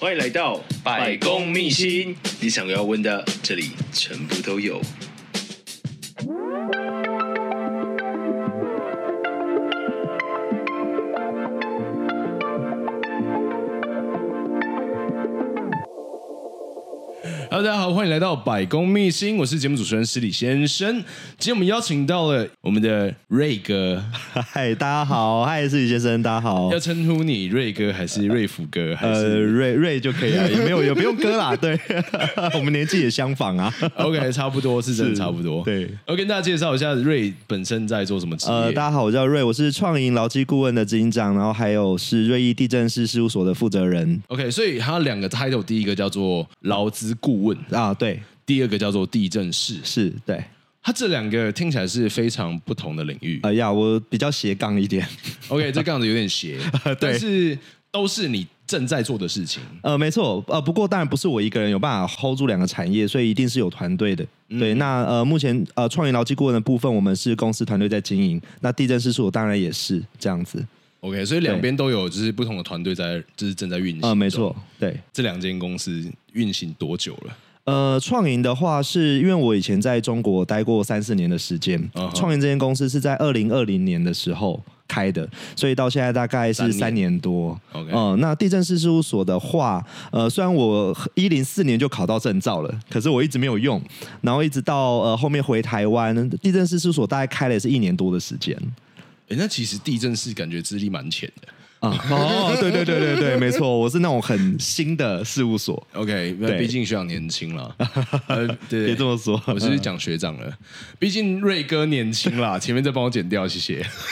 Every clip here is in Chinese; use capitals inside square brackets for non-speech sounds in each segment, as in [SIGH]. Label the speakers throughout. Speaker 1: 欢迎来到
Speaker 2: 百公秘
Speaker 1: 辛，你想要问的，这里全部都有。
Speaker 3: Hello，大家好，欢迎来到百工秘辛，我是节目主持人施礼先生。今天我们邀请到了我们的瑞
Speaker 4: [LAUGHS]
Speaker 3: 哥，哦
Speaker 4: 嗨，大家好，嗨，是宇先生，大家好
Speaker 3: 要。称呼你瑞哥还是瑞福哥？还
Speaker 4: 呃，
Speaker 3: 是、
Speaker 4: 瑞瑞就可以了，也没有也不用歌啦，对， [LAUGHS] 我们年纪也相仿啊。
Speaker 3: [LAUGHS] OK，差
Speaker 4: [LAUGHS]
Speaker 3: 不多是真的差不多。
Speaker 4: 对
Speaker 3: 我跟大家介绍一下瑞本身在做什么职业。
Speaker 4: 呃，大家好，我叫瑞，我是创银劳基顾问的执行长，然后还有是瑞意地震师事务所的负责人
Speaker 3: OK，所以他有两个 title，第一个叫做劳资顾问，
Speaker 4: 啊，对，
Speaker 3: 第二个叫做地震师。
Speaker 4: 是，对，
Speaker 3: 他这两个听起来是非常不同的领
Speaker 4: [LAUGHS]
Speaker 3: 域。
Speaker 4: 呃呀，我比较斜杠一点，
Speaker 3: OK，这杠子有点
Speaker 4: [LAUGHS]
Speaker 3: 斜，但是都是你正在做的事情。
Speaker 4: 呃，没错，呃，不过当然不是我一个人有办法 hold 住两个产业，所以一定是有团队的。
Speaker 3: 嗯
Speaker 4: 对，那呃，目前呃，创银劳基顾问的部分，我们是公司团队在经营，那地震师事务所当然也是这样子，
Speaker 3: OK，所以两边都有，就是不同的团队在，就是正在运行。
Speaker 4: 呃，没错，，对。
Speaker 3: 这两间公司运行多久了？
Speaker 4: 呃，创银的话是，因为我以前在中国待过三四年的时间
Speaker 3: 嗯哼，
Speaker 4: 创、银这间公司是在二零二零年的时候开的，所以到现在大概
Speaker 3: 三
Speaker 4: 是
Speaker 3: 年
Speaker 4: 三年多。
Speaker 3: OK
Speaker 4: 嗯，那地震师事务所的话，呃，虽然我一零四年就考到证照了，可是我一直没有用，然后一直到呃后面回台湾，地震师事务所大概开了也是一年多的时间。
Speaker 3: 诶那其实地震是感觉资历蛮浅的。
Speaker 4: 啊、
Speaker 3: [LAUGHS]
Speaker 4: 哦，对对对对对，没错，我是那种很新的事务所，
Speaker 3: OK，那
Speaker 4: 对
Speaker 3: 毕竟学长年轻
Speaker 4: [LAUGHS]
Speaker 3: 了，呃对，
Speaker 4: 别这么说
Speaker 3: 我是讲学长了。毕竟瑞哥年轻啦，前面再帮我剪掉，谢谢。 [LAUGHS]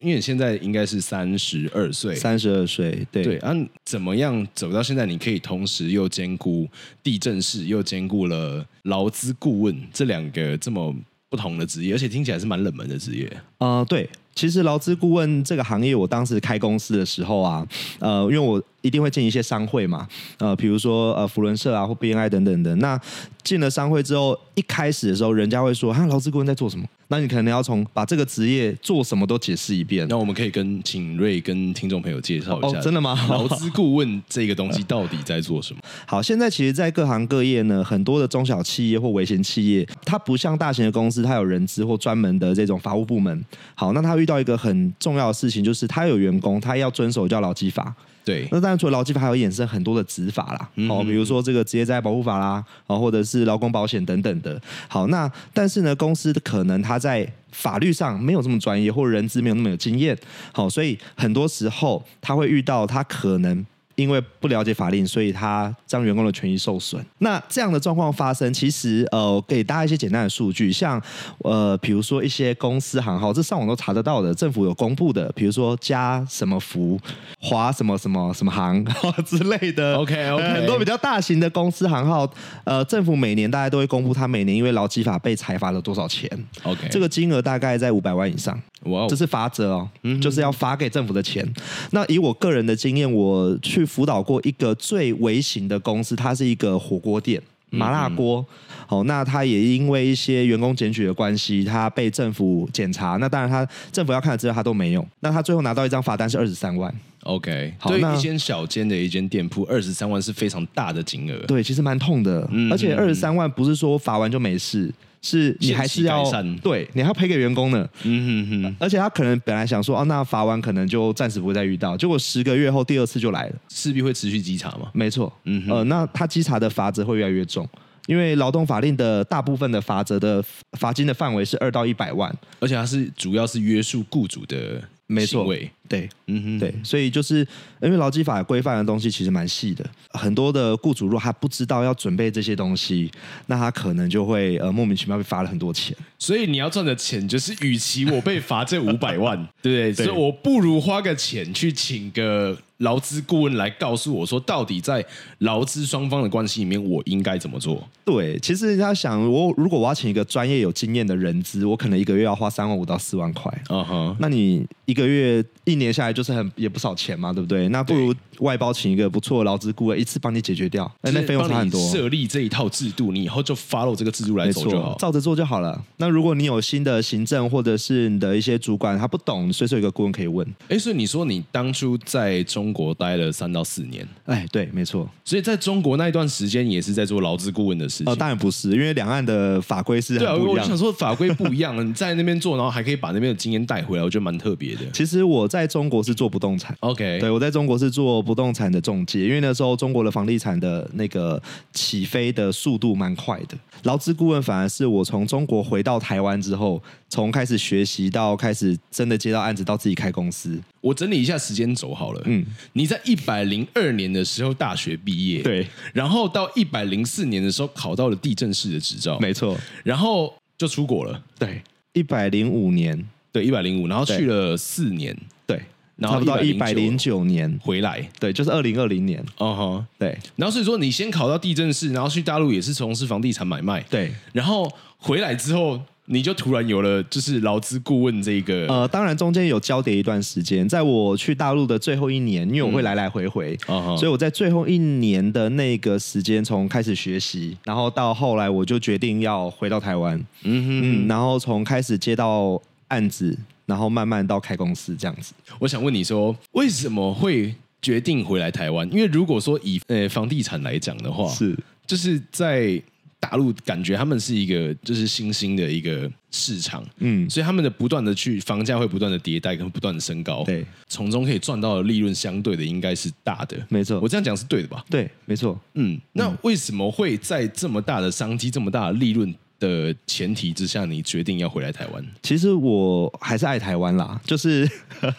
Speaker 3: 因为你现在应该是三十二岁，
Speaker 4: 三十二岁，对
Speaker 3: 对，啊，怎么样走到现在，你可以同时又兼顾地震师，又兼顾了劳资顾问这两个这么不同的职业，而且听起来是蛮冷门的职业。
Speaker 4: 呃，对，其实劳资顾问这个行业，我当时开公司的时候啊，呃，因为我一定会进一些商会嘛，呃，比如说呃福伦社啊或 BNI 等等的。那进了商会之后，一开始的时候，人家会说，啊，劳资顾问在做什么？那你可能要从把这个职业做什么都解释一遍
Speaker 3: 那。我们可以跟请瑞跟听众朋友介绍一下，
Speaker 4: 哦真的吗
Speaker 3: 劳资顾问这个东西到底在做什么？
Speaker 4: 好，现在其实，在各行各业呢，很多的中小企业或微型企业，它不像大型的公司，它有人资或专门的这种法务部门。好，那它遇到一个很重要的事情，就是它有员工，它要遵守叫劳基法。 [LAUGHS]
Speaker 3: 对，
Speaker 4: 那当然，除了劳基法，还有衍生很多的执法啦，哦，比如说这个职业灾害保护法啦，哦，或者是劳工保险等等的。好，那但是呢，公司可能它在法律上没有这么专业，或人资没有那么有经验，好、所以很多时候他会遇到他可能。因为不了解法令，所以他让员工的权益受损。那这样的状况发生，其实呃，我给大家一些简单的数据，像呃，比如说一些公司行号，这上网都查得到的，政府有公布的，比如说加什么福、华什么什么什么行 [LAUGHS] 之类的。
Speaker 3: OK，OK
Speaker 4: 呃很多比较大型的公司行号，呃，政府每年大家都会公布，他每年因为劳基法被裁罚了多少钱。
Speaker 3: OK，
Speaker 4: 这个金额大概在五百万以上，
Speaker 3: 哇哦，嗯
Speaker 4: 这是罚则哦，就是要罚给政府的钱。那以我个人的经验，我去辅导过一个最微型的公司，它是一个火锅店。
Speaker 3: 嗯
Speaker 4: 麻辣锅，哦，那它也因为一些员工检举的关系，它被政府检查。那当然它，政府要看的资料它都没有。那它最后拿到一张罚单是二十三万，
Speaker 3: OK，
Speaker 4: 好
Speaker 3: 对
Speaker 4: 那
Speaker 3: 一间小间的一间店铺，二十三万是非常大的金额。
Speaker 4: 对，其实蛮痛的。
Speaker 3: 嗯
Speaker 4: 而且二十三万不是说罚完就没事，是你还是要
Speaker 3: 限期改善
Speaker 4: 对，你还要赔给员工呢。
Speaker 3: 嗯哼哼，
Speaker 4: 而且他可能本来想说，哦，那罚完可能就暂时不会再遇到，结果十个月后第二次就来了，
Speaker 3: 势必会持续稽查嘛。
Speaker 4: 没错，
Speaker 3: 嗯
Speaker 4: 嗯，
Speaker 3: 哼
Speaker 4: 呃，那他稽查的罚则会越来越重，因为劳动法令的大部分的罚则的罚金的范围是二到一百万，
Speaker 3: 而且它是主要是约束雇主的
Speaker 4: 没
Speaker 3: 行
Speaker 4: 错
Speaker 3: 为。
Speaker 4: 对，
Speaker 3: 嗯哼，
Speaker 4: 对，所以就是因为劳基法规范的东西其实蛮细的，很多的雇主如果他不知道要准备这些东西，那他可能就会呃莫名其妙被罚了很多钱，
Speaker 3: 所以你要赚的钱就是，与其我被罚这五百
Speaker 4: [LAUGHS]
Speaker 3: 万，对不对？所以我不如花个钱去请个劳资顾问来告诉我说，到底在劳资双方的关系里面，我应该怎么做？
Speaker 4: 对，其实他想，我如果我要请一个专业有经验的人资，我可能一个月要花三万五到四万块。
Speaker 3: 嗯哼，
Speaker 4: 那你一个月、一年下来就是很也不少钱嘛，对不对？那不如外包请一个不错的劳资顾问，一次帮你解决掉，哎那费用差很多
Speaker 3: 就是帮。你设立这一套制度，你以后就 follow 这个制度来
Speaker 4: 没
Speaker 3: 走就
Speaker 4: 错
Speaker 3: 好，。
Speaker 4: 照着做就好了。那如果你有新的行政或者是你的一些主管他不懂，随时有一个顾问可以问。
Speaker 3: 哎，所以你说你当初在中中国待了三到四年，
Speaker 4: 哎，对，没错。
Speaker 3: 所以在中国那一段时间也是在做劳资顾问的事情。
Speaker 4: 哦，当然不是，因为两岸的法规是
Speaker 3: 对啊，
Speaker 4: 很不一
Speaker 3: 我就
Speaker 4: 样
Speaker 3: 想
Speaker 4: 的。
Speaker 3: 说法规不一样，你在那边做，然后还可以把那边的经验带回来，我觉得蛮特
Speaker 4: [LAUGHS]
Speaker 3: 别的。
Speaker 4: 其实我在中国是做不动产。
Speaker 3: OK，
Speaker 4: 对，我在中国是做不动产的中介，因为那时候中国的房地产的那个起飞的速度蛮快的。劳资顾问反而是我从中国回到台湾之后，从开始学习到开始真的接到案子到自己开公司，
Speaker 3: 我整理一下时间轴好了。嗯
Speaker 4: 嗯，
Speaker 3: 你在一百零二年的时候大学毕业，
Speaker 4: 对，
Speaker 3: 然后到一百零四年的时候考到了地震士的执照，
Speaker 4: 没错，
Speaker 3: 然后就出国了，
Speaker 4: 哦对，一百零五年，
Speaker 3: 对，一百零五，然后
Speaker 4: 对
Speaker 3: 去了四年，
Speaker 4: 对，
Speaker 3: 然
Speaker 4: 差
Speaker 3: 后
Speaker 4: 不多到一
Speaker 3: 109
Speaker 4: 百零九年，
Speaker 3: 回来，
Speaker 4: 对，就是二零二零年，
Speaker 3: 哦哈，
Speaker 4: 对
Speaker 3: 然后所以说你先考到地震士，然后去大陆也是从事房地产买卖，，
Speaker 4: 对。
Speaker 3: 然后回来之后你就突然有了就是劳资顾问这个，
Speaker 4: 呃，当然中间有交叠一段时间，在我去大陆的最后一年，因为我会来来回回，
Speaker 3: 嗯哼
Speaker 4: 所以我在最后一年的那个时间，从开始学习，然后到后来我就决定要回到台湾，嗯然后从开始接到案子，然后慢慢到开公司这样子。
Speaker 3: 我想问你说，为什么会决定回来台湾？因为如果说以呃房地产来讲的话，
Speaker 4: 是
Speaker 3: 就是在大陆感觉他们是一个就是新兴的一个市场，
Speaker 4: 嗯，
Speaker 3: 所以他们的不断的去房价会不断的迭代跟不断的升高，
Speaker 4: 对，
Speaker 3: 从中可以赚到的利润相对的应该是大的，
Speaker 4: 没错
Speaker 3: 我这样讲是对的吧？
Speaker 4: 对，没错。
Speaker 3: 嗯，那为什么会在这么大的商机、这么大的利润的前提之下，你决定要回来台湾？
Speaker 4: 其实我还是爱台湾啦，就是 [LAUGHS]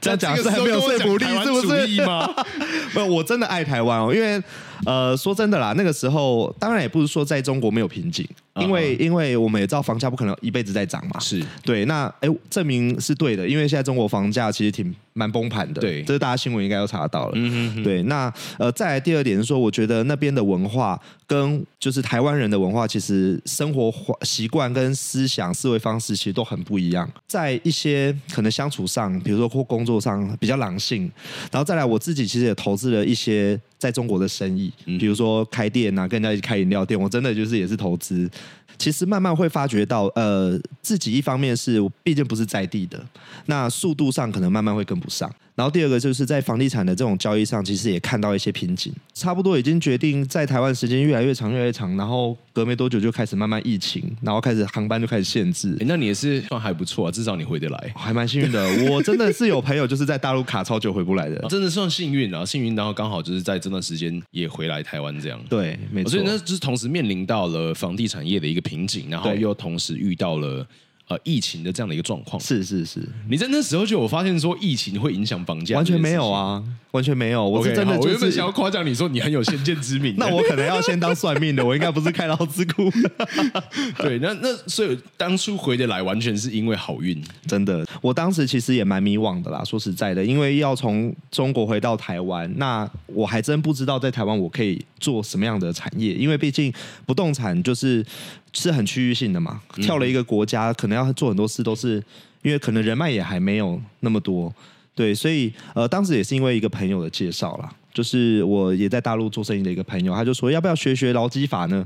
Speaker 4: 这样讲
Speaker 3: 这
Speaker 4: 是
Speaker 3: 个时
Speaker 4: 很
Speaker 3: 候
Speaker 4: 没有
Speaker 3: 跟我讲
Speaker 4: 说服力，
Speaker 3: 台湾
Speaker 4: 是不
Speaker 3: 主
Speaker 4: 是？
Speaker 3: 义吗？
Speaker 4: [LAUGHS] 不，我真的爱台湾哦，因为呃，说真的啦，那个时候当然也不是说在中国没有瓶颈，因为、因为我们也知道房价不可能一辈子在涨嘛。
Speaker 3: [LAUGHS] 是
Speaker 4: 对，那哎，证明是对的，因为现在中国房价其实挺蛮崩盘的，
Speaker 3: 对
Speaker 4: 这是大家新闻应该都查得到了。对，那呃，再来第二点是说，我觉得那边的文化跟就是台湾人的文化，其实生活化习惯跟思想思维方式其实都很不一样，在一些可能相处上，比如说或工作上比较狼性，然后再来我自己其实也投资了一些在中国的生意，
Speaker 3: 嗯
Speaker 4: 比如说开店啊，跟人家一起开饮料店，我真的就是也是投资。其实慢慢会发觉到，呃，自己一方面是我毕竟不是在地的，那速度上可能慢慢会跟不上。然后第二个就是在房地产的这种交易上，其实也看到一些瓶颈，差不多已经决定在台湾时间越来越长，越来越长。然后隔没多久就开始慢慢疫情，然后开始航班就开始限制
Speaker 3: 诶。那你也是算还不错啊，至少你回得来，
Speaker 4: 还蛮幸运的，我真的是有朋友就是在大陆卡超久回不
Speaker 3: [LAUGHS]
Speaker 4: 来的。
Speaker 3: 真的算幸运啊，幸运，然后刚好就是在这段时间也回来台湾这样。
Speaker 4: 对，没错。
Speaker 3: 哦所以那就是同时面临到了房地产业的一个瓶颈，然后
Speaker 4: 对
Speaker 3: 又同时遇到了呃疫情的这样的一个状况。
Speaker 4: 是是是，
Speaker 3: 你在那时候就有发现说疫情会影响房价，
Speaker 4: 完全没有。啊，完全没有。我是
Speaker 3: OK，
Speaker 4: 真的
Speaker 3: 好我
Speaker 4: 就
Speaker 3: 原本
Speaker 4: 是。
Speaker 3: 想要夸奖你说你很有先见之明
Speaker 4: [LAUGHS] 那我可能要先当算命的，我应该不是开劳资库。
Speaker 3: [LAUGHS] 对，那那所以当初回得来完全是因为好运。
Speaker 4: 真的，我当时其实也蛮迷惘的啦。说实在的，因为要从中国回到台湾，那我还真不知道在台湾我可以做什么样的产业，因为毕竟不动产就是是很区域性的嘛。跳了一个国家，可能要做很多事都是因为可能人脉也还没有那么多，对，所以呃，当时也是因为一个朋友的介绍啦。就是我也在大陆做生意的一个朋友，他就说要不要学学劳基法呢？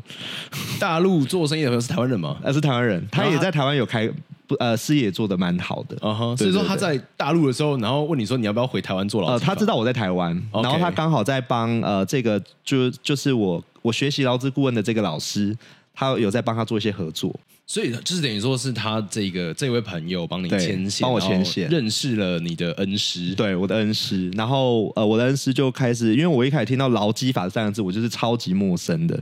Speaker 4: 呃
Speaker 3: 大陆做生意的朋友是台湾人吗？
Speaker 4: 他是台湾人，他
Speaker 3: 然后
Speaker 4: 也
Speaker 3: 他
Speaker 4: 在台湾有开不呃事业做的蛮好的，
Speaker 3: 啊哈，所
Speaker 4: [LAUGHS] 对
Speaker 3: 以说
Speaker 4: 对
Speaker 3: 他
Speaker 4: 对
Speaker 3: 在大陆的时候，然后问你说你要不要回台湾做老
Speaker 4: 呃，
Speaker 3: 师？
Speaker 4: 他知道我在台湾
Speaker 3: OK
Speaker 4: 然后他刚好在帮呃这个就就是我我学习劳资顾问的这个老师，他有在帮他做一些合作。
Speaker 3: 所以就是等于说是他这个这位朋友帮你
Speaker 4: 对
Speaker 3: 牵线，
Speaker 4: 帮我
Speaker 3: 然后
Speaker 4: 牵线
Speaker 3: 认识了你的恩师，
Speaker 4: 对，我的恩师，然后呃，我的恩师就开始，因为我一开始听到劳基法这三个字，我就是超级陌生的。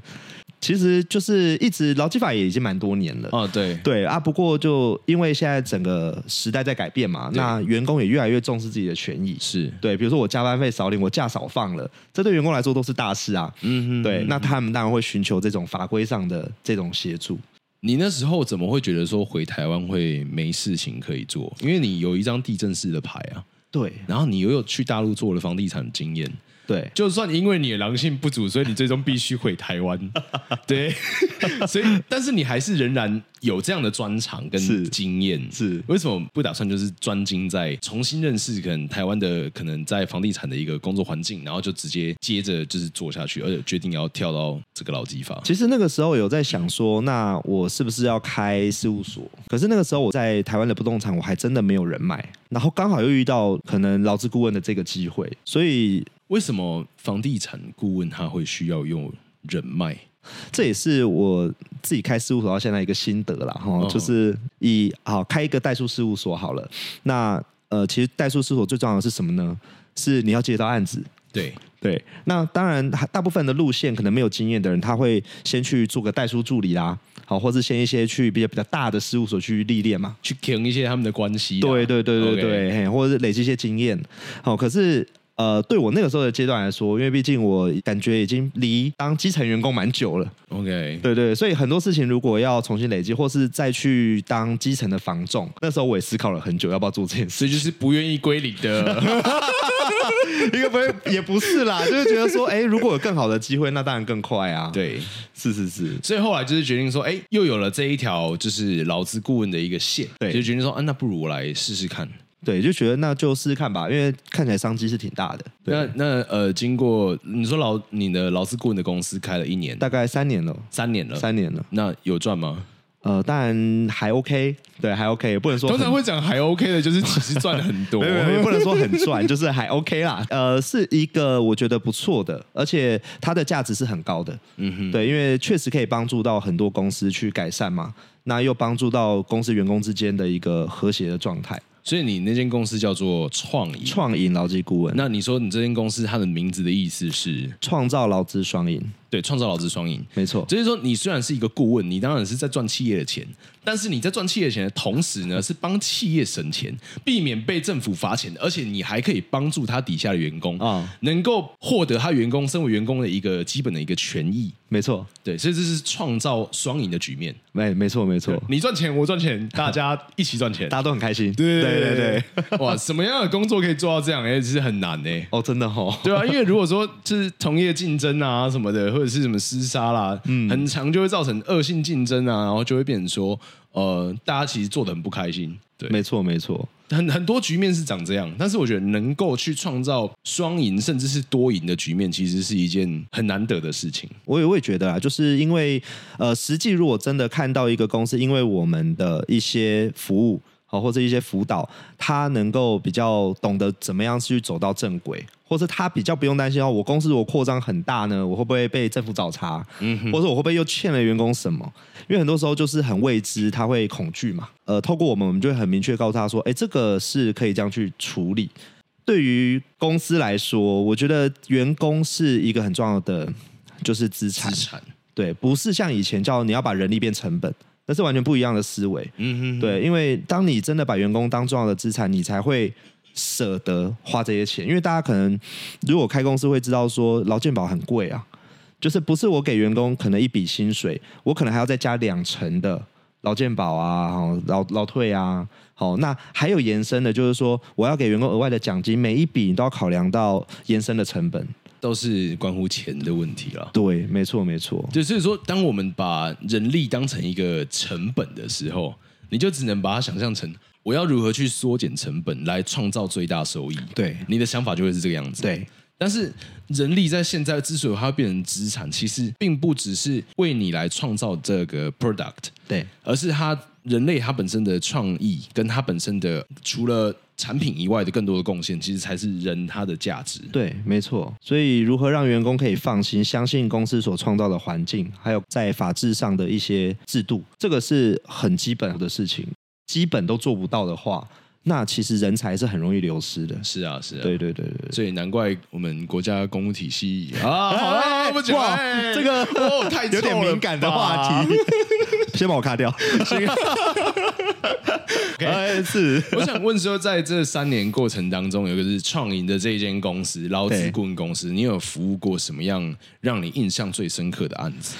Speaker 4: 其实就是一直劳基法也已经蛮多年了。
Speaker 3: 啊，对，
Speaker 4: 对啊，不过就因为现在整个时代在改变嘛，
Speaker 3: 对
Speaker 4: 那员工也越来越重视自己的权益，
Speaker 3: 是
Speaker 4: 对，比如说我加班费少领，我假少放了，这对员工来说都是大事啊。嗯对，那他们当然会寻求这种法规上的这种协助。
Speaker 3: 你那时候怎么会觉得说回台湾会没事情可以做？因为你有一张地震式的牌啊，
Speaker 4: 对
Speaker 3: 然后你又有去大陆做了房地产经验，
Speaker 4: 对，
Speaker 3: 就算因为你的狼性不足，所以你最终必须回台湾，对，所以但是你还是仍然有这样的专长
Speaker 4: 是
Speaker 3: 跟经验，
Speaker 4: 是
Speaker 3: 为什么不打算就是专精在重新认识可能台湾的可能在房地产的一个工作环境，然后就直接接着就是做下去，而且决定要跳到这个劳基法？
Speaker 4: 其实那个时候有在想说，那我是不是要开事务所？可是那个时候我在台湾的不动产，我还真的没有人脉。然后刚好又遇到可能劳资顾问的这个机会，所以
Speaker 3: 为什么房地产顾问他会需要用人脉？
Speaker 4: 这也是我自己开事务所到现在一个心得啦，哈、
Speaker 3: 哦
Speaker 4: 就是以好开一个代数事务所好了。那呃，其实代数事务所最重要的是什么呢？是你要接到案子。
Speaker 3: 对，
Speaker 4: 对，那当然，大部分的路线可能没有经验的人，他会先去做个代书助理啦，好，或是先一些去比较比较大的事务所去历练嘛。
Speaker 3: 去 king 一些他们的关系啊。
Speaker 4: 对对对对
Speaker 3: OK
Speaker 4: 对，嘿，或者是累积一些经验。好、可是呃，对我那个时候的阶段来说，因为毕竟我感觉已经离当基层员工蛮久了，
Speaker 3: ，OK，
Speaker 4: 对对，所以很多事情如果要重新累积，或是再去当基层的房仲，那时候我也思考了很久，要不要做这件事。
Speaker 3: 所
Speaker 4: [LAUGHS]
Speaker 3: 以就是不愿意归零的。
Speaker 4: 一个不会也不是啦，就是觉得说，哎，如果有更好的机会，那当然更快啊。，
Speaker 3: [LAUGHS] 对，
Speaker 4: 是是是，
Speaker 3: 所以后来就是决定说，哎，又有了这一条就是劳资顾问的一个线，
Speaker 4: 对
Speaker 3: 就决定说，啊，那不如我来试试看。
Speaker 4: 对，就觉得那就试试看吧，因为看起来商机是挺大的。
Speaker 3: 那那呃，经过你说劳你的劳资顾问的公司开了一年，
Speaker 4: 大概三年了，
Speaker 3: 三年了，
Speaker 4: 三年了，
Speaker 3: 那有赚吗？
Speaker 4: 呃，当然还 OK，对，还 OK，也不能说
Speaker 3: 通
Speaker 4: 很
Speaker 3: 常会讲还 OK 的，就是其实赚很 [LAUGHS] 多
Speaker 4: 没。有没有，也不能说很赚， [LAUGHS] 就是还 OK 啦。呃，是一个我觉得不错的，而且它的价值是很高的。嗯哼，对，因为确实可以帮助到很多公司去改善嘛，那又帮助到公司员工之间的一个和谐的状态。
Speaker 3: 所以你那间公司叫做创意。
Speaker 4: 创盈劳资顾问，那
Speaker 3: 那你说你这间公司它的名字的意思是
Speaker 4: 创造劳资双赢，
Speaker 3: 对创造劳资双赢，
Speaker 4: 没错。
Speaker 3: 就是说你虽然是一个顾问，你当然是在赚企业的钱，但是你在赚企业的钱的同时
Speaker 4: 嗯
Speaker 3: 呢，是帮企业省钱，避免被政府罚钱，而且你还可以帮助他底下的员工
Speaker 4: 啊
Speaker 3: 啊，能够获得他员工身为员工的一个基本的一个权益。
Speaker 4: 没错，
Speaker 3: 对，所以这是创造双赢的局面。
Speaker 4: 没没错没错，
Speaker 3: 你赚钱，我赚
Speaker 4: [LAUGHS]
Speaker 3: 钱，大家一起赚钱
Speaker 4: 大。家都很开心。
Speaker 3: 对
Speaker 4: 对对对，
Speaker 3: 哇，什么样的工作可以做到这样？哎、其实很难哎、
Speaker 4: 哦，真的哦，
Speaker 3: 对 [LAUGHS] 啊，因为如果说就是同业竞争啊什么的，或者是什么厮杀啦，嗯，很长就会造成恶性竞争啊，然后就会变成说，呃，大家其实做的很不开心。对，
Speaker 4: 没错没错，
Speaker 3: 很很多局面是长这样，但是我觉得能够去创造双赢甚至是多赢的局面，其实是一件很难得的事情。
Speaker 4: 我也会觉得啊，就是因为呃，实际如果真的看到一个公司，因为我们的一些服务。好，或者一些辅导，他能够比较懂得怎么样去走到正轨，或者他比较不用担心哦，我公司如果扩张很大呢，我会不会被政府找茬？嗯，或者我会不会又欠了员工什么？因为很多时候就是很未知，他会恐惧嘛。呃，透过我们，我们就会很明确告诉他说，哎，这个是可以这样去处理。对于公司来说，我觉得员工是一个很重要的就是资产
Speaker 3: 资，产，
Speaker 4: 对，不是像以前叫你要把人力变成本，那是完全不一样的思维。
Speaker 3: 嗯哼，
Speaker 4: 对，因为当你真的把员工当重要的资产，你才会舍得花这些钱。因为大家可能如果开公司会知道说劳健保很贵啊，就是不是我给员工可能一笔薪水，我可能还要再加两成的劳健保啊，好劳劳退啊，好那还有延伸的，就是说我要给员工额外的奖金，每一笔你都要考量到延伸的成本。
Speaker 3: 都是关乎钱的问题了。
Speaker 4: 对，没错，没错。
Speaker 3: 对，所以说，当我们把人力当成一个成本的时候，你就只能把它想象成我要如何去缩减成本来创造最大收益。
Speaker 4: 对
Speaker 3: 你的想法就会是这个样子。，
Speaker 4: 对，
Speaker 3: 但是人力在现在之所以它会变成资产，其实并不只是为你来创造这个 product，
Speaker 4: 对，
Speaker 3: 而是它人类它本身的创意跟它本身的除了产品以外的更多的贡献，其实才是人它的价值。
Speaker 4: 对，没错。所以，如何让员工可以放心相信公司所创造的环境，还有在法制上的一些制度，这个是很基本的事情。基本都做不到的话，那其实人才是很容易流失的。
Speaker 3: 是啊，是啊。
Speaker 4: 对对对对
Speaker 3: 所以难怪我们国家公务体系
Speaker 4: [LAUGHS]
Speaker 3: 啊，好了，不讲
Speaker 4: 哇
Speaker 3: 哎
Speaker 4: 这个
Speaker 3: 哦太
Speaker 4: 有点敏感的话题， [LAUGHS] 先把我卡掉。哎，是，
Speaker 3: [LAUGHS] 我想问说，在这三年过程当中，有一个是创盈的这一间公司劳资顾问公司，你有服务过什么样让你印象最深刻的案子？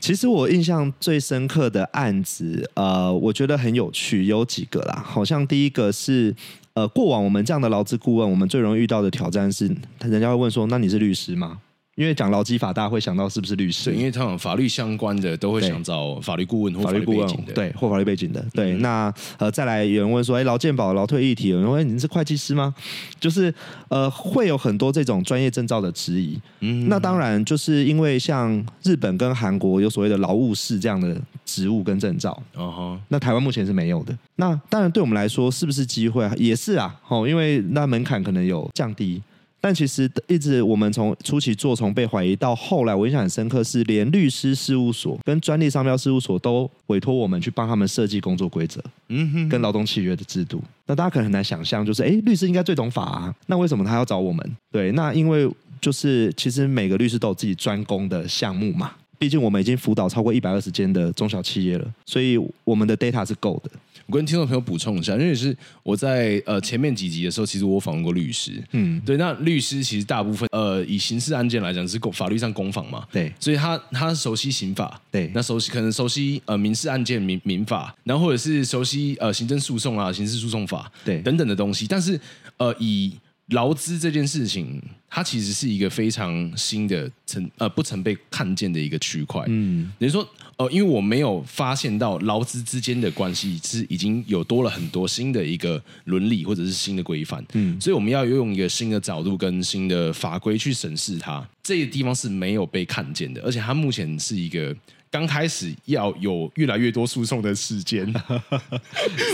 Speaker 4: 其实我印象最深刻的案子，呃，我觉得很有趣，有几个啦。好像第一个是，呃，过往我们这样的劳资顾问，我们最容易遇到的挑战是，人家会问说：“那你是律师吗？”因为讲劳基法，大家会想到是不是律师
Speaker 3: 对，？因为通常法律相关的都会
Speaker 4: 对
Speaker 3: 想找法律顾问或
Speaker 4: 法律
Speaker 3: 背
Speaker 4: 顾问
Speaker 3: 景的，
Speaker 4: 对或法律背景的对，那呃再来有人问说，哎、劳健保劳退议题，有人问您是会计师吗？就是呃会有很多这种专业证照的质疑。嗯，那当然就是因为像日本跟韩国有所谓的劳务士这样的职务跟证照，
Speaker 3: 哦吼，
Speaker 4: 那台湾目前是没有的。那当然对我们来说是不是机会啊？也是啊，哦，因为那门槛可能有降低。但其实一直我们从初期做从被怀疑到后来，我印象很深刻是连律师事务所跟专利商标事务所都委托我们去帮他们设计工作规则，嗯哼，跟劳动契约的制度。那大家可能很难想象，就是哎，诶律师应该最懂法啊，那为什么他要找我们？对，那因为就是其实每个律师都有自己专攻的项目嘛。毕竟我们已经辅导超过一百二十间的中小企业了，所以我们的 data 是够的。
Speaker 3: 我跟听众朋友补充一下，因为是我在呃前面几集的时候，其实我访问过律师，
Speaker 4: 嗯，
Speaker 3: 对，那律师其实大部分呃以刑事案件来讲是公法律上公访嘛，
Speaker 4: 对
Speaker 3: 所以他他熟悉刑法，
Speaker 4: 对
Speaker 3: 那熟悉可能熟悉呃民事案件民民法，然后或者是熟悉呃行政诉讼啊刑事诉讼法，
Speaker 4: 对
Speaker 3: 等等的东西，但是呃以劳资这件事情，它其实是一个非常新的曾呃不曾被看见的一个区块，嗯，等于说呃因为我没有发现到劳资之间的关系是已经有多了很多新的一个伦理或者是新的规范，嗯，所以我们要用一个新的角度跟新的法规去审视它，这个地方是没有被看见的，而且它目前是一个。刚开始要有越来越多诉讼的事 [LAUGHS] 件，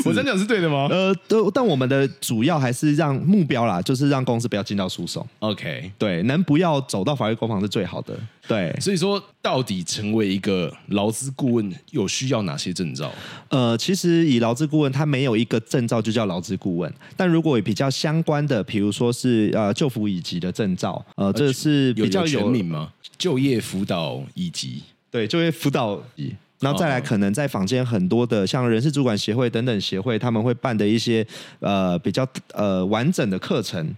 Speaker 3: 我真讲是对的吗
Speaker 4: 呃，都但我们的主要还是让目标啦，就是让公司不要进到诉讼，
Speaker 3: ？OK，
Speaker 4: 对，能不要走到法律攻防是最好的。对，
Speaker 3: 所以说，到底成为一个劳资顾问有需要哪些证照？
Speaker 4: 呃，其实以劳资顾问，他没有一个证照就叫劳资顾问，但如果有比较相关的，比如说是呃就服乙级的证照，呃，这是比较
Speaker 3: 全名吗？就业辅导以及
Speaker 4: 对，就业辅导仪。然后再
Speaker 3: 哦
Speaker 4: 来，可能在坊间很多的像人事主管协会等等协会，他们会办的一些呃比较呃完整的课程。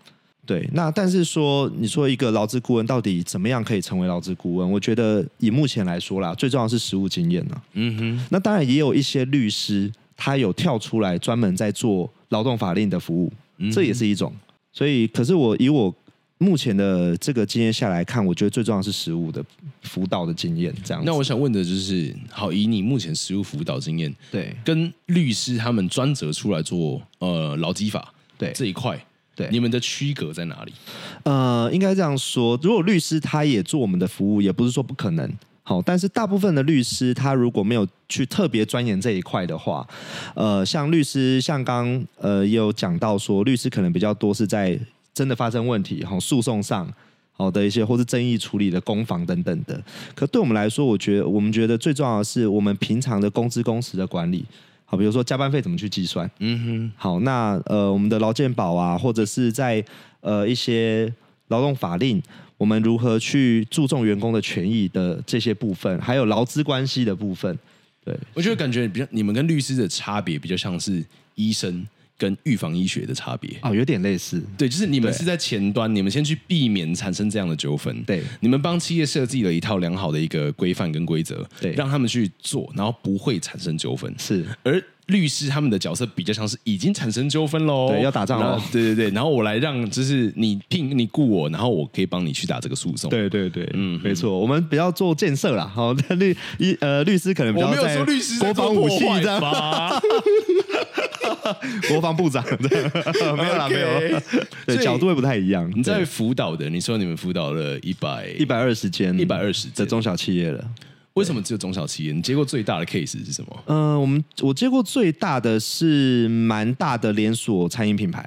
Speaker 4: 对，那但是说，你说一个劳资顾问到底怎么样可以成为劳资顾问？我觉得以目前来说啦，最重要的是实务经验呐、
Speaker 3: 嗯哼，
Speaker 4: 那当然也有一些律师，他有跳出来专门在做劳动法令的服务，
Speaker 3: 嗯
Speaker 4: 这也是一种。所以，可是我以我目前的这个经验下来看，我觉得最重要的是实务的辅导的经验。这样子，
Speaker 3: 那我想问的就是，好，以你目前实务辅导经验，
Speaker 4: 对
Speaker 3: 跟律师他们专责出来做呃劳基法
Speaker 4: 对
Speaker 3: 这一块，
Speaker 4: 对
Speaker 3: 你们的区隔在哪里？
Speaker 4: 呃，应该这样说，如果律师他也做我们的服务，也不是说不可能。好，但是大部分的律师他如果没有去特别钻研这一块的话，呃，像律师，像刚呃也有讲到说，律师可能比较多是在真的发生问题，好诉讼上。好的一些或是争议处理的攻防等等的，可对我们来说，我觉得我们觉得最重要的是我们平常的工资工时的管理，好，比如说加班费怎么去计算，
Speaker 3: 嗯
Speaker 4: 好，那呃，我们的劳健保啊，或者是在呃一些劳动法令，我们如何去注重员工的权益的这些部分，还有劳资关系的部分，对，
Speaker 3: 哼，我觉得感觉比较你们跟律师的差别比较像是医生跟预防医学的差别。
Speaker 4: 哦，有点类似，
Speaker 3: 对，就是你们
Speaker 4: 对
Speaker 3: 是在前端，你们先去避免产生这样的纠纷。
Speaker 4: 对
Speaker 3: 你们帮企业设计了一套良好的一个规范跟规则，
Speaker 4: 对
Speaker 3: 让他们去做，然后不会产生纠纷。
Speaker 4: 是
Speaker 3: 而律师他们的角色比较像是已经产生纠纷喽，
Speaker 4: 对要打仗咯
Speaker 3: 然后对对对，然后我来让就是你聘你雇我，然后我可以帮你去打这个诉讼。，
Speaker 4: 对对对，嗯，没错，我们比较做建设啦，好、那律一呃律师可能比
Speaker 3: 我
Speaker 4: 较
Speaker 3: 没有
Speaker 4: 在
Speaker 3: 说律师
Speaker 4: 国
Speaker 3: 在做
Speaker 4: 防武器
Speaker 3: 破坏
Speaker 4: 这样，
Speaker 3: [LAUGHS] 吧，
Speaker 4: 国防部长这样， [LAUGHS] 没有啦，没 [LAUGHS] 有
Speaker 3: OK，所
Speaker 4: 对，
Speaker 3: 以
Speaker 4: 角度会不太一样，
Speaker 3: 你在辅导的，你说你们辅导了一百
Speaker 4: 一百二十间
Speaker 3: 120间
Speaker 4: 的中小企业了。
Speaker 3: 为什么只有中小企业？你接过最大的 case 是什么？
Speaker 4: 嗯，我们我接过最大的是蛮大的连锁餐饮品牌，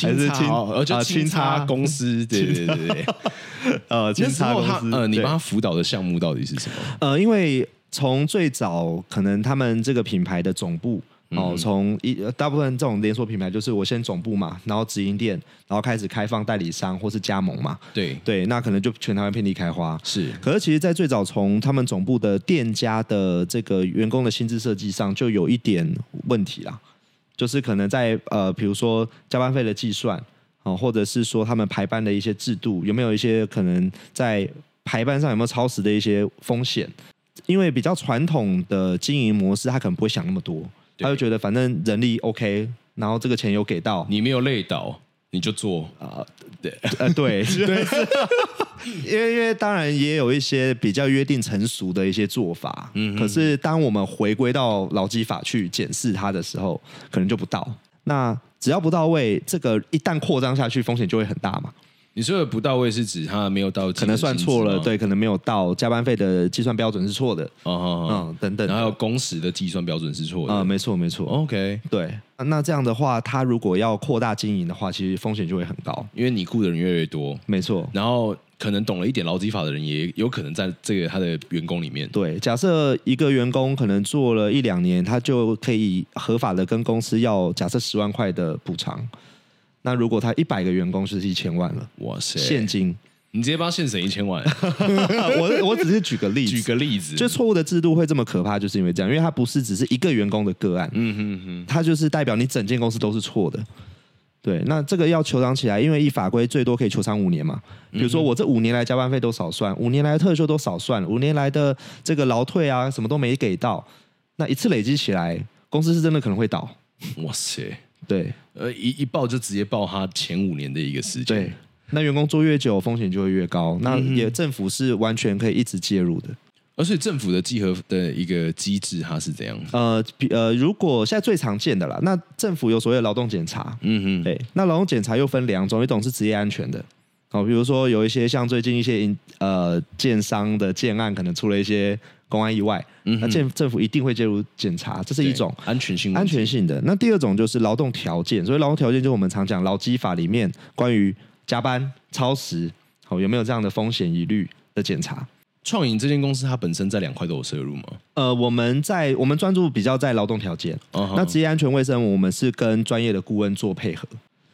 Speaker 4: 还是
Speaker 3: 清
Speaker 4: 清
Speaker 3: 差哦呃，就
Speaker 4: 啊
Speaker 3: 清
Speaker 4: 清
Speaker 3: 差
Speaker 4: 差
Speaker 3: 公司，对对对对。
Speaker 4: 呃
Speaker 3: 那
Speaker 4: [LAUGHS] 清
Speaker 3: 时
Speaker 4: 茶
Speaker 3: 候
Speaker 4: 公
Speaker 3: 他
Speaker 4: 司。
Speaker 3: 呃，你
Speaker 4: 对
Speaker 3: 帮他辅导的项目到底是什么？
Speaker 4: 呃，因为从最早可能他们这个品牌的总部。
Speaker 3: 嗯
Speaker 4: 哦，从一呃大部分这种连锁品牌就是我先总部嘛，然后直营店，然后开始开放代理商或是加盟嘛，
Speaker 3: 对，
Speaker 4: 对，那可能就全台湾遍地开花。
Speaker 3: 是
Speaker 4: 可是其实，在最早从他们总部的店家的这个员工的薪资设计上，就有一点问题啦，就是可能在呃，比如说加班费的计算啊、哦或者是说他们排班的一些制度，有没有一些可能在排班上有没有超时的一些风险？因为比较传统的经营模式，他可能不会想那么多，
Speaker 3: 对
Speaker 4: 他就觉得反正人力 OK，然后这个钱有给到，
Speaker 3: 你没有累倒，你就做。 [LAUGHS]
Speaker 4: 呃，对，对， [LAUGHS] 因为因为当然也有一些比较约定成熟的一些做法，嗯，可是当我们回归到劳基法去检视它的时候，可能就不到。那只要不到位，这个一旦扩张下去，风险就会很大嘛。
Speaker 3: 你说的不到位是指他没有到，
Speaker 4: 可能算错了，，对，可能没有到加班费的计算标准是错的，
Speaker 3: 哦哦哦，
Speaker 4: 嗯，等等的，
Speaker 3: 然后还哦有工时的计算标准是错的。
Speaker 4: 啊、没错没错，
Speaker 3: OK，
Speaker 4: 对。那这样的话，他如果要扩大经营的话，其实风险就会很高。
Speaker 3: 因为你雇的人越来越多，
Speaker 4: 没错，
Speaker 3: 然后可能懂了一点劳基法的人，也有可能在这个他的员工里面。
Speaker 4: 对，假设一个员工可能做了一两年，他就可以合法的跟公司要假设十万块的补偿。那如果他一百个员工就是一千万了，
Speaker 3: 哇塞，
Speaker 4: 现金。啊
Speaker 3: 你直接帮他现省一千
Speaker 4: [LAUGHS]
Speaker 3: 万，
Speaker 4: 我我只是举个例子，
Speaker 3: 举个例子，
Speaker 4: 就错误的制度会这么可怕，就是因为这样，因为它不是只是一个员工的个案，嗯哼哼，它就是代表你整间公司都是错的。对，那这个要求偿起来，因为依法规最多可以求偿五年嘛。比如说我这五年来加班费都少算，五年来的特休都少算，五年来的这个劳退啊什么都没给到，那一次累积起来，公司是真的可能会倒。
Speaker 3: 哇塞，
Speaker 4: 对
Speaker 3: 呃，一一报就直接报他前五年的一个时间
Speaker 4: 对。，那员工做越久，风险就会越高。那也政府是完全可以一直介入的。
Speaker 3: 而且政府的集合的一个机制，它是怎样？
Speaker 4: 呃比呃，如果现在最常见的啦，那政府有所谓的劳动检查，
Speaker 3: 嗯哼，
Speaker 4: 对，那劳动检查又分两种，一种是职业安全的，哦，比如说有一些像最近一些营呃建商的建案可能出了一些公安意外，那政政府一定会介入检查，这是
Speaker 3: 嗯对
Speaker 4: 一种
Speaker 3: 安全性问
Speaker 4: 安
Speaker 3: 题，
Speaker 4: 全性的。那第二种就是劳动条件，所以劳动条件就是我们常讲劳基法里面关于加班、超时，好、有没有这样的风险疑虑的检查。
Speaker 3: 创影这间公司，它本身在两块都有摄入吗？
Speaker 4: 呃，我们在我们专注比较在劳动条件，
Speaker 3: 哦
Speaker 4: 那职业安全卫生我们是跟专业的顾问做配合。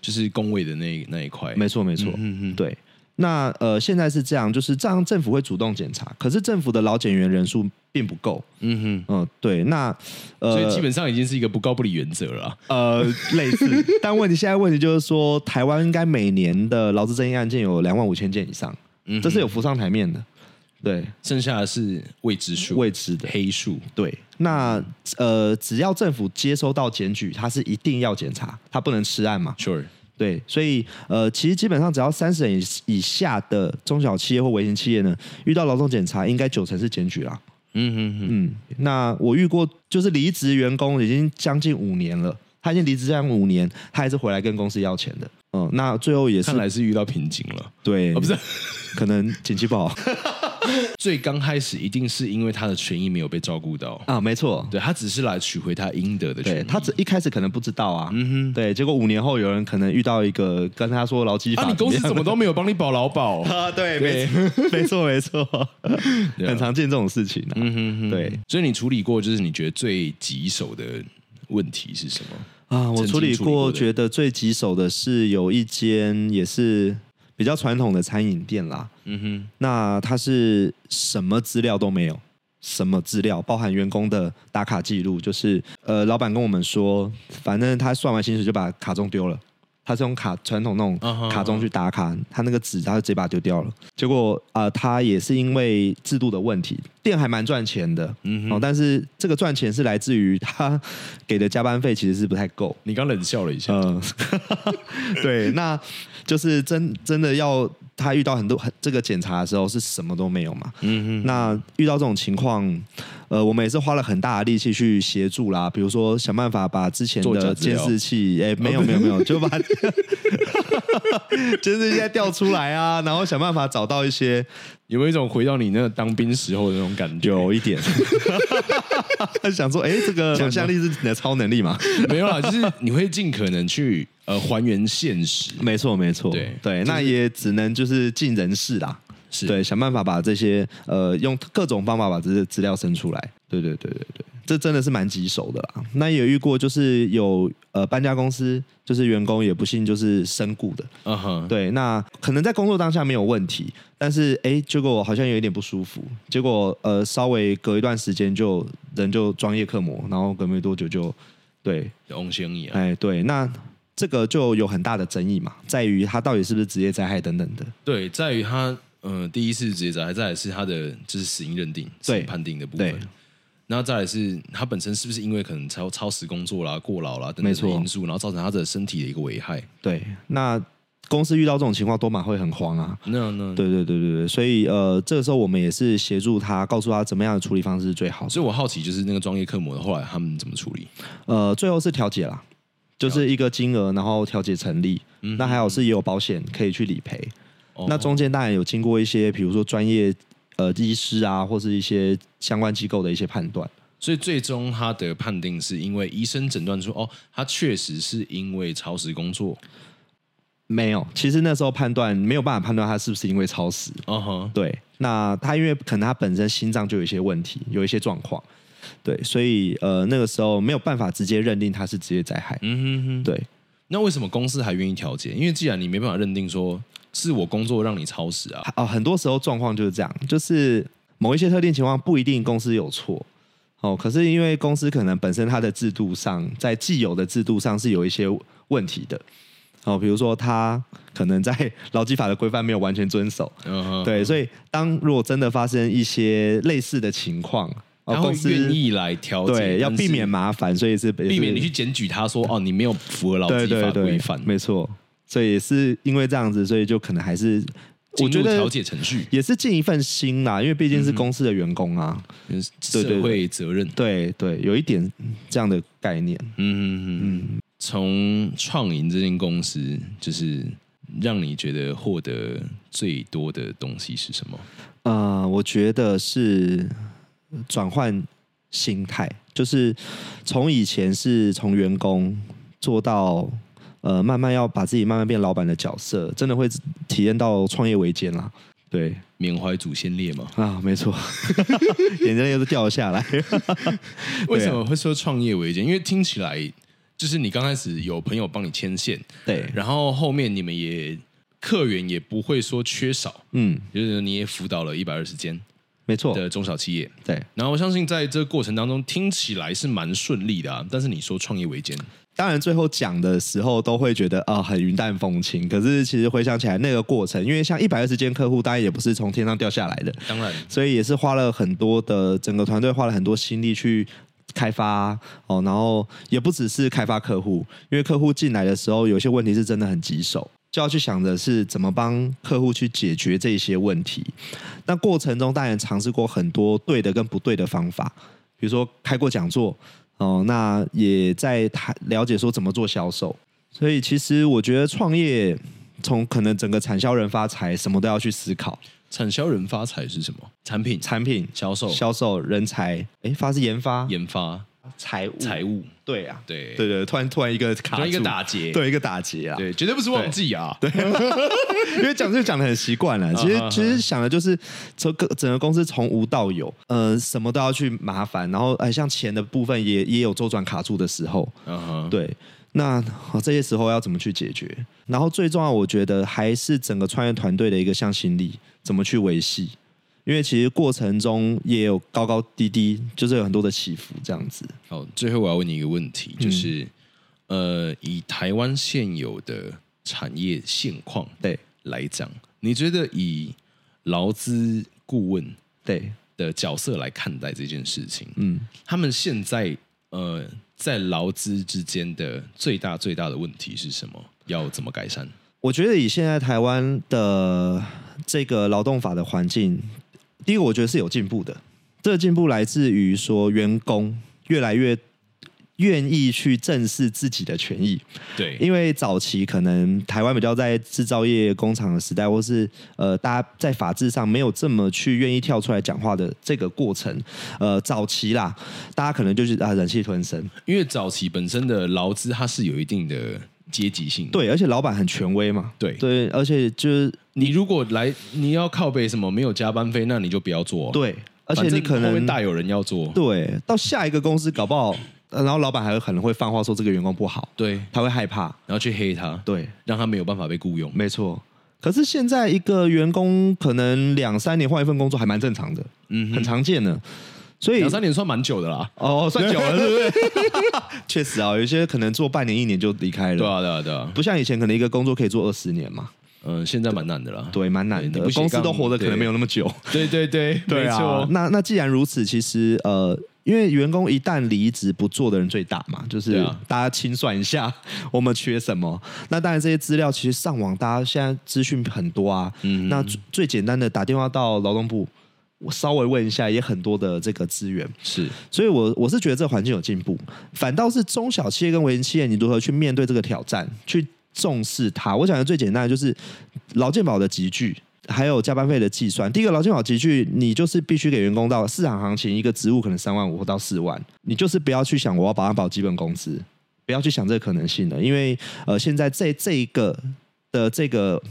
Speaker 3: 就是工位的那那一块，
Speaker 4: 没错，没错，
Speaker 3: 嗯嗯
Speaker 4: 对。那呃，现在是这样，就是这样，政府会主动检查，可是政府的劳检员人数并不够。
Speaker 3: 嗯
Speaker 4: 嗯、对。那
Speaker 3: 哼，
Speaker 4: 呃，
Speaker 3: 所以基本上已经是一个不高不理原则了啊。
Speaker 4: 呃类似，但问题现在问题就是说，台湾应该每年的劳资争议案件有两万五千件以上，
Speaker 3: 嗯哼
Speaker 4: 这是有浮上台面的，对，
Speaker 3: 剩下的是未知数、
Speaker 4: 未知的。
Speaker 3: 黑数，
Speaker 4: 对，那呃，只要政府接收到检举，它是一定要检查，它不能吃案嘛。
Speaker 3: sure，
Speaker 4: 对，所以呃，其实基本上只要三十人以以下的中小企业或微型企业呢，遇到劳动检查，应该九成是检举啦。
Speaker 3: 嗯哼哼，
Speaker 4: 嗯，那我遇过就是离职员工已经将近五年了，他已经离职这样五年，他还是回来跟公司要钱的。嗯，那最后也是
Speaker 3: 看来是遇到瓶颈了。
Speaker 4: 对，
Speaker 3: 哦，不是，
Speaker 4: 可能景气
Speaker 3: [LAUGHS]
Speaker 4: 不好
Speaker 3: 最刚开始一定是因为他的权益没有被照顾到，
Speaker 4: 啊，没错。
Speaker 3: 对他只是来取回他应得的权
Speaker 4: 对
Speaker 3: 益。
Speaker 4: 他只一开始可能不知道啊，
Speaker 3: 嗯
Speaker 4: 对，结果五年后有人可能遇到一个跟他说劳基法
Speaker 3: 啊，
Speaker 4: 怎么样的，
Speaker 3: 你公司怎么都没有帮你保劳
Speaker 4: [LAUGHS]
Speaker 3: 保？
Speaker 4: 啊？ [LAUGHS] 对，
Speaker 3: 对
Speaker 4: 没错没错
Speaker 3: [LAUGHS]
Speaker 4: 没错，很常见这种事情啊。
Speaker 3: 嗯哼哼，
Speaker 4: 对，
Speaker 3: 所以你处理过，就是你觉得最棘手的问题是什么？
Speaker 4: 啊，我
Speaker 3: 曾
Speaker 4: 处
Speaker 3: 经
Speaker 4: 理
Speaker 3: 处理过
Speaker 4: 过，
Speaker 3: 的
Speaker 4: 觉得最棘手的是有一间也是比较传统的餐饮店啦。
Speaker 3: 嗯哼，
Speaker 4: 那它是什么资料都没有，什么资料包含员工的打卡记录，就是呃，老板跟我们说，反正他算完薪水就把卡中丢了。他是用卡传统那
Speaker 3: 啊哈
Speaker 4: 种卡中去打卡，他那个纸他就直接把它丢掉了。结果啊、呃他也是因为制度的问题，店还蛮赚钱的，
Speaker 3: 嗯
Speaker 4: 嗯，哦，但是这个赚钱是来自于他给的加班费其实是不太够，
Speaker 3: 你刚冷笑了一下，
Speaker 4: 嗯， [LAUGHS] 对，那就是真真的要他遇到很多很这个检查的时候是什么都没有嘛。
Speaker 3: 嗯哼，
Speaker 4: 那遇到这种情况，呃，我们也是花了很大的力气去协助啦，比如说想办法把之前
Speaker 3: 做假
Speaker 4: 的
Speaker 3: 资料
Speaker 4: 监视器，哎、没有没有没有，就把 [LAUGHS] 监视器再调出来啊，然后想办法找到一些
Speaker 3: 有没有一种回到你那个当兵时候的那种感觉？
Speaker 4: 有一点， [LAUGHS] 想说，哎、这个想象力是你的超能力嘛？
Speaker 3: [LAUGHS] 没有啦，就是你会尽可能去呃还原现实，
Speaker 4: 没错，没错，
Speaker 3: 对
Speaker 4: 对，那也只能就是尽人事啦，
Speaker 3: 是
Speaker 4: 对，想办法把这些呃用各种方法把这些资料生出来，对对对对对，这真的是蛮棘手的啦。那也遇过就是有呃搬家公司，就是员工也不幸就是身故的，
Speaker 3: 嗯哼，
Speaker 4: 对，那可能在工作当下没有问题，但是哎、诶结果好像有一点不舒服，结果呃稍微隔一段时间就人就装叶克膜，然后隔没多久就对
Speaker 3: 翁先义啊，
Speaker 4: 哎，对，那这个就有很大的争议嘛，在于它到底是不是职业灾害等等的。
Speaker 3: 对，在于他呃第一次职业灾害，再来是他的呃就是死因认定、死
Speaker 4: 对
Speaker 3: 因判定的部
Speaker 4: 对
Speaker 3: 分。那再来是他本身是不是因为可能超超时工作啦、过劳啦等
Speaker 4: 没
Speaker 3: 等的
Speaker 4: 错
Speaker 3: 因素，然后造成他的身体的一个危害？
Speaker 4: 对，那公司遇到这种情况，多玛会很慌啊。
Speaker 3: 那那
Speaker 4: 对对对对对，所以呃，这个时候我们也是协助他，告诉他怎么样的处理方式是最好的。
Speaker 3: 所以我好奇，就是那个专业课模的后来他们怎么处理？
Speaker 4: 呃，最后是调解啦，就是一个金额，然后调解成立。那还好是也有保险可以去理赔。
Speaker 3: 哦
Speaker 4: 那中间当然有经过一些，比如说专业呃医师啊，或是一些相关机构的一些判断。
Speaker 3: 所以最终他的判定是因为医生诊断出哦，他确实是因为超时工作。
Speaker 4: 没有，其实那时候判断没有办法判断他是不是因为超时。
Speaker 3: 嗯哼，
Speaker 4: 对，那他因为可能他本身心脏就有一些问题，有一些状况，对，所以呃那个时候没有办法直接认定他是职业灾害。
Speaker 3: 嗯哼哼。
Speaker 4: 对，
Speaker 3: 那为什么公司还愿意调解？因为既然你没办法认定说是我工作让你超时啊，
Speaker 4: 哦，很多时候状况就是这样，就是某一些特定情况不一定公司有错。哦，可是因为公司可能本身它的制度上，在既有的制度上是有一些问题的。哦，比如说它可能在劳基法的规范没有完全遵守，
Speaker 3: 嗯哼，，
Speaker 4: 对，所以当如果真的发生一些类似的情况，哦，
Speaker 3: 他
Speaker 4: 公
Speaker 3: 会
Speaker 4: 司
Speaker 3: 愿意来调解，
Speaker 4: 对要
Speaker 3: 但是
Speaker 4: 避免麻烦，所以是
Speaker 3: 避免你去检举他说哦，你没有符合劳
Speaker 4: 对
Speaker 3: 基
Speaker 4: 对
Speaker 3: 法
Speaker 4: 对
Speaker 3: 规范，
Speaker 4: 没错，所以是因为这样子，所以就可能还是我
Speaker 3: 进
Speaker 4: 觉
Speaker 3: 入
Speaker 4: 得
Speaker 3: 调解程序，
Speaker 4: 也是尽一份心啦，因为毕竟是公司的员工啊。对对
Speaker 3: 社会责任。
Speaker 4: 对对，有一点这样的概念。
Speaker 3: 嗯嗯嗯，从创营这间公司，就是让你觉得获得最多的东西是什么？
Speaker 4: 呃，我觉得是转换心态，就是从以前是从员工做到。呃，慢慢要把自己慢慢变老板的角色，真的会体验到创业维艰啦。对
Speaker 3: 缅怀祖先烈吗？
Speaker 4: 啊，没错， [LAUGHS] 眼泪又是掉了下来。啊
Speaker 3: 为什么会说创业维艰？因为听起来就是你刚开始有朋友帮你牵线，
Speaker 4: [LAUGHS] 对，
Speaker 3: 然后后面你们也客源也不会说缺少，
Speaker 4: 嗯，
Speaker 3: 就是你也辅导了一百二十间
Speaker 4: 没错，
Speaker 3: 的中小企业。
Speaker 4: 哦对。
Speaker 3: 然后我相信在这个过程当中，听起来是蛮顺利的啊。但是你说创业维艰，
Speaker 4: 当然，最后讲的时候都会觉得啊、很云淡风轻。可是其实回想起来那个过程，因为像一百二十间客户，当然也不是从天上掉下来的，
Speaker 3: 当然
Speaker 4: 所以也是花了很多的整个团队花了很多心力去开发哦，然后也不只是开发客户，因为客户进来的时候，有些问题是真的很棘手，就要去想着是怎么帮客户去解决这些问题。那过程中当然尝试过很多对的跟不对的方法，比如说开过讲座哦，那也在谈了解说怎么做销售。所以其实我觉得创业从可能整个产销人发财，什么都要去思考，
Speaker 3: 产销人发财是什么？产品、
Speaker 4: 产品
Speaker 3: 销售、
Speaker 4: 销售、人才，哎，发是研发、
Speaker 3: 研发、
Speaker 4: 财务、
Speaker 3: 财务，
Speaker 4: 对啊，
Speaker 3: 对
Speaker 4: 对对，突然突然一个
Speaker 3: 突
Speaker 4: 卡住，
Speaker 3: 然一个打结
Speaker 4: 对一个打结啊， [LAUGHS]
Speaker 3: 对，绝对不是忘记啊。对，
Speaker 4: 因为讲就讲的很习惯
Speaker 3: [LAUGHS]
Speaker 4: 了。
Speaker 3: 啊
Speaker 4: 其实其实想的就是从个整个公司从无到有，呃，什么都要去麻烦，然后哎，像钱的部分也也有周转卡住的时候，
Speaker 3: 嗯哼，
Speaker 4: 对。那哦这些时候要怎么去解决？然后最重要，我觉得还是整个创业团队的一个向心力，怎么去维系？因为其实过程中也有高高低低，就是有很多的起伏这样子。
Speaker 3: 好，最后我要问你一个问题，
Speaker 4: 嗯
Speaker 3: 就是、呃，以台湾现有的产业现况
Speaker 4: 对
Speaker 3: 来讲，你觉得以劳资顾问
Speaker 4: 对，
Speaker 3: 的角色来看待这件事情，
Speaker 4: 嗯，
Speaker 3: 他们现在呃在劳资之间的最大最大的问题是什么？要怎么改善？
Speaker 4: 我觉得以现在台湾的这个劳动法的环境，第一个我觉得是有进步的。这个进步来自于说员工越来越愿意去正视自己的权益，
Speaker 3: 对，
Speaker 4: 因为早期可能台湾比较在制造业工厂的时代，或是呃大家在法制上没有这么去愿意跳出来讲话的这个过程，呃早期啦，大家可能就是啊忍气吞声，
Speaker 3: 因为早期本身的劳资它是有一定的阶级性，
Speaker 4: 对，而且老板很权威嘛，
Speaker 3: 对
Speaker 4: 对，而且就是
Speaker 3: 你如果来，你要靠背什么没有加班费，那你就不要做。，
Speaker 4: 对，而且你可
Speaker 3: 后
Speaker 4: 能
Speaker 3: 面大有人要做。
Speaker 4: 对，到下一个公司搞不好，呃然后老板还会可能会放话说这个员工不好，
Speaker 3: 对，
Speaker 4: 他会害怕。
Speaker 3: 然后去黑他，
Speaker 4: 对，
Speaker 3: 让他没有办法被雇佣。
Speaker 4: 没错。可是现在一个员工可能两三年换一份工作还蛮正常的，
Speaker 3: 嗯
Speaker 4: 很
Speaker 3: 哼，
Speaker 4: 常见的。所以
Speaker 3: 两三年算蛮久的啦。
Speaker 4: 哦，算久了是
Speaker 3: [LAUGHS]
Speaker 4: 不是？确实啊，有一些可能做半年一年就离开了，
Speaker 3: 对啊，对啊，对啊。
Speaker 4: 不像以前可能一个工作可以做二十年嘛，
Speaker 3: 嗯，现在蛮难的啦。
Speaker 4: 对，蛮难
Speaker 3: 对
Speaker 4: 的
Speaker 3: 你不，斜
Speaker 4: 公司
Speaker 3: 杠
Speaker 4: 都活得可
Speaker 3: 对
Speaker 4: 能
Speaker 3: 啊
Speaker 4: 啊没有那么久。
Speaker 3: 对对对，没错。
Speaker 4: 那那既然如此，其实呃，因为员工一旦离职不做的人最大嘛，就
Speaker 3: 对
Speaker 4: 是
Speaker 3: 啊
Speaker 4: 大家清算一下 [LAUGHS] 我们缺什么。那当然这些资料其实上网，大家现在资讯很多啊。嗯，那最最简单的打电话到劳动部，我稍微问一下，也很多的这个资源。
Speaker 3: 是
Speaker 4: 所以我我是觉得这个环境有进步，反倒是中小企业跟微型企业，你如何去面对这个挑战，去重视它？我想的最简单的就是劳健保的集聚。还有加班费的计算，第一个劳健保集聚，你就是必须给员工到市场行情，一个职务可能三万五或到四万，你就是不要去想我要把它保基本工资，不要去想这个可能性了，因为呃，现在这这一个的这个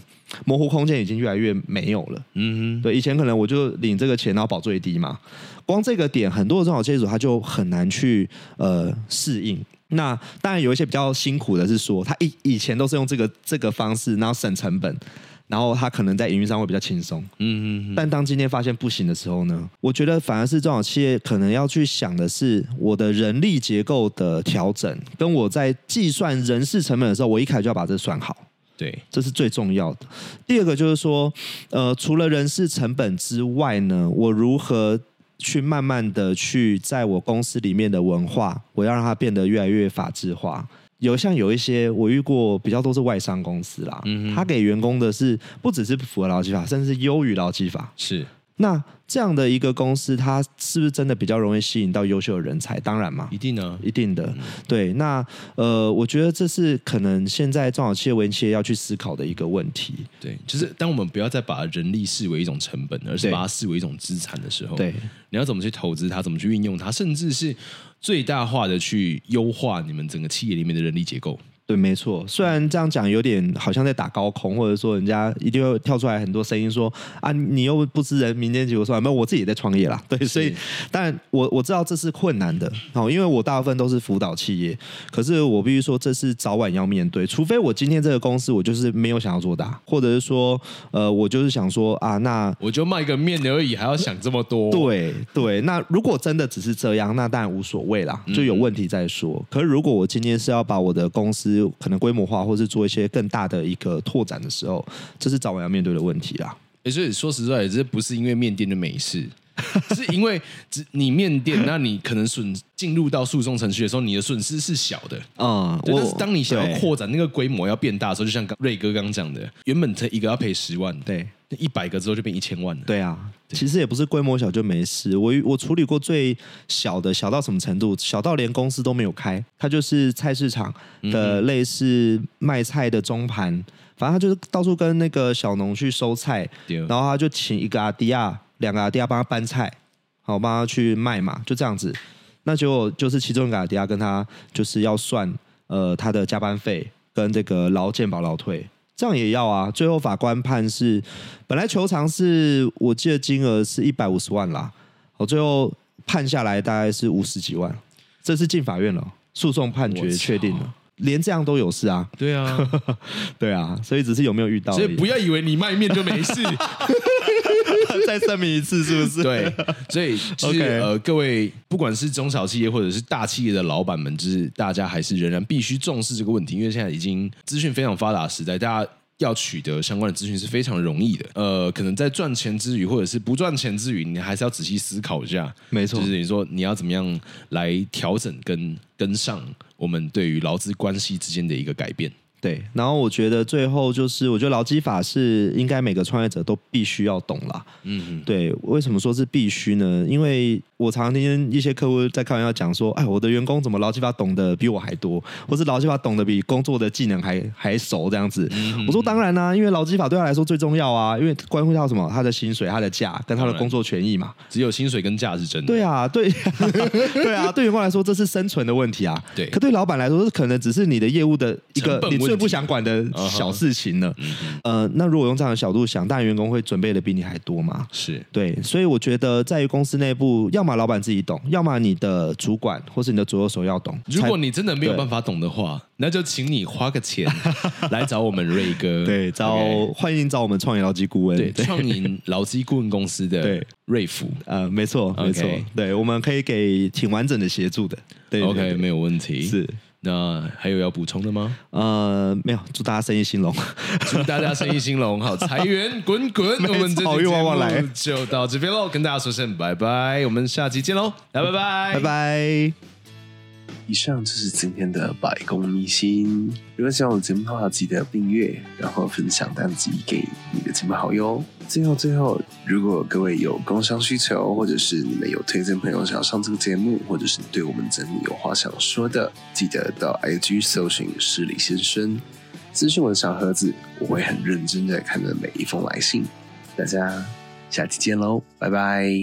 Speaker 4: 模糊空间已经越来越没有了。
Speaker 3: 嗯
Speaker 4: 对，以前可能我就领这个钱，然后保最低嘛。光这个点，很多的中小企业主他就很难去呃适应。那当然有一些比较辛苦的是说，他以以前都是用这个这个方式，然后省成本，然后他可能在营运上会比较轻松。
Speaker 3: 嗯
Speaker 4: 但当今天发现不行的时候呢，我觉得反而是中小企业可能要去想的是，我的人力结构的调整，跟我在计算人事成本的时候，我一开始就要把这算好。
Speaker 3: 对，
Speaker 4: 这是最重要的。第二个就是说，呃，除了人事成本之外呢，我如何去慢慢的去在我公司里面的文化，我要让它变得越来越法制化。有像有一些我遇过比较多是外商公司啦，他给员工的是不只是符合劳基法，甚至是优于劳基法。
Speaker 3: 是
Speaker 4: 那这样的一个公司，它是不是真的比较容易吸引到优秀的人才？当然嘛，
Speaker 3: 一定啊呢。
Speaker 4: 一定的，对。那呃，我觉得这是可能现在中小企业、微型企业要去思考的一个问题。
Speaker 3: 对，就是当我们不要再把人力视为一种成本，而是
Speaker 4: 对
Speaker 3: 把它视为一种资产的时候，
Speaker 4: 对，
Speaker 3: 你要怎么去投资它，怎么去运用它，甚至是最大化的去优化你们整个企业里面的人力结构。
Speaker 4: 对，没错。虽然这样讲有点好像在打高空，或者说人家一定会跳出来很多声音说啊，你又不知人民间疾苦说，没有，我自己也在创业啦。对，所以当然我我知道这是困难的，好、因为我大部分都是辅导企业，可是我必须说这是早晚要面对，除非我今天这个公司我就是没有想要做大，或者是说呃，我就是想说啊，那
Speaker 3: 我就卖个面而已，还要想这么多？，
Speaker 4: 对对，那如果真的只是这样，那当然无所谓啦，
Speaker 3: 嗯
Speaker 4: 就有问题再说。可是如果我今天是要把我的公司可能规模化，或是做一些更大的一个拓展的时候，这是早晚要面对的问题啦。
Speaker 3: 欸、所以说实在的，这不是因为面店的美式，是因为只你面店，那你可能损进入到诉讼程序的时候，你的损失是小的。
Speaker 4: 嗯，
Speaker 3: 啊对但是当你想要
Speaker 4: 对
Speaker 3: 扩展那个规模要变大的时候，就像刚瑞哥刚讲的，原本这一个要赔十万，
Speaker 4: 对
Speaker 3: 那一百个之后就变一千万了。
Speaker 4: 对啊，其实也不是规模小就没事。我我处理过最小的，小到什么程度？小到连公司都没有开，它就是菜市场
Speaker 3: 嗯
Speaker 4: 的类似卖菜的中盘，反正他就是到处跟那个小农去收菜，
Speaker 3: 对啊
Speaker 4: 然后他就请一个阿迪亚、两个阿迪亚帮他搬菜，好帮他去卖嘛，就这样子。那结果就是其中一个阿迪亚跟他就是要算呃他的加班费跟这个劳健保劳退，这样也要啊。最后法官判是本来球场是我记得金额是一百五十万啦，我最后判下来大概是五十几万，这是进法院了，诉讼判
Speaker 3: 我
Speaker 4: 决
Speaker 3: 操
Speaker 4: 确定了。连这样都有事啊，
Speaker 3: 对
Speaker 4: [LAUGHS]
Speaker 3: 啊，
Speaker 4: 对啊，所以只是有没有遇到而已，
Speaker 3: 所以不要以为你卖面就没事。
Speaker 4: 再声明一次，是 [LAUGHS] 不是？
Speaker 3: 对，所以就是
Speaker 4: OK
Speaker 3: 呃，各位不管是中小企业或者是大企业的老板们，就是大家还是仍然必须重视这个问题，因为现在已经资讯非常发达的时代，大家。要取得相关的资讯是非常容易的，呃，可能在赚钱之余，或者是不赚钱之余，你还是要仔细思考一下。
Speaker 4: 没错
Speaker 3: 就是你说你要怎么样来调整跟跟上我们对于劳资关系之间的一个改变。
Speaker 4: 对，然后我觉得最后就是，我觉得劳基法是应该每个创业者都必须要懂啦。
Speaker 3: 嗯，
Speaker 4: 对，为什么说是必须呢？因为我常常听一些客户在开玩笑讲说，哎，我的员工怎么劳基法懂得比我还多，或是劳基法懂得比工作的技能还还熟这样子。
Speaker 3: 嗯
Speaker 4: 我说当然啦、因为劳基法对他来说最重要啊，因为关乎到什么，他的薪水、他的假跟他的
Speaker 3: 当然
Speaker 4: 工作权益嘛。
Speaker 3: 只有薪水跟价是真的。
Speaker 4: 对
Speaker 3: [LAUGHS]
Speaker 4: 啊，对对啊，对员工来说这是生存的问题啊。
Speaker 3: 对
Speaker 4: 可对老板来说，这可能只是你的业务的一
Speaker 3: 成
Speaker 4: 个
Speaker 3: 本
Speaker 4: 你
Speaker 3: 问题
Speaker 4: 最
Speaker 3: 嗯
Speaker 4: 不想管的小事情了。呃，那如果用这样的角度想，当然员工会准备的比你还多嘛。
Speaker 3: 是
Speaker 4: 对，所以我觉得在于公司内部，要么老板自己懂，要么你的主管或是你的左右手要懂。
Speaker 3: [LAUGHS] 如
Speaker 4: 才
Speaker 3: 果你真的没有办法懂的话，那就请你花个
Speaker 4: [LAUGHS]
Speaker 3: 钱来找我们瑞哥，
Speaker 4: 对找
Speaker 3: OK？
Speaker 4: 欢迎找我们创业劳基顾问。
Speaker 3: 对创银劳基顾问公司的
Speaker 4: 对
Speaker 3: 瑞福
Speaker 4: 呃，没错没错
Speaker 3: OK
Speaker 4: 对，我们可以给挺完整的协助的。对对
Speaker 3: ，OK，
Speaker 4: 对
Speaker 3: 没有问题。
Speaker 4: 是。
Speaker 3: 那还有要补充的吗？
Speaker 4: 呃，没有，祝大家生意兴隆。
Speaker 3: 祝大家生意兴隆，好财源滚滚。
Speaker 4: [LAUGHS] 没
Speaker 3: 我
Speaker 4: 错
Speaker 3: 们这期
Speaker 4: 好运旺旺来
Speaker 3: 节目就到这边喽，跟大家说声拜拜，我们下期见喽，大家拜拜，
Speaker 4: 拜。拜。
Speaker 2: 以上就是今天的百公秘辛。如果喜欢我的节目的话，记得订阅，然后分享单集给你的亲朋好友哦。最后最后，如果各位有工商需求，或者是你们有推荐朋友想要上这个节目，或者是对我们整理有话想说的，记得到 IG 搜寻“失礼先生”，咨询我的小盒子，我会很认真的看着每一封来信。大家下期见喽，拜拜。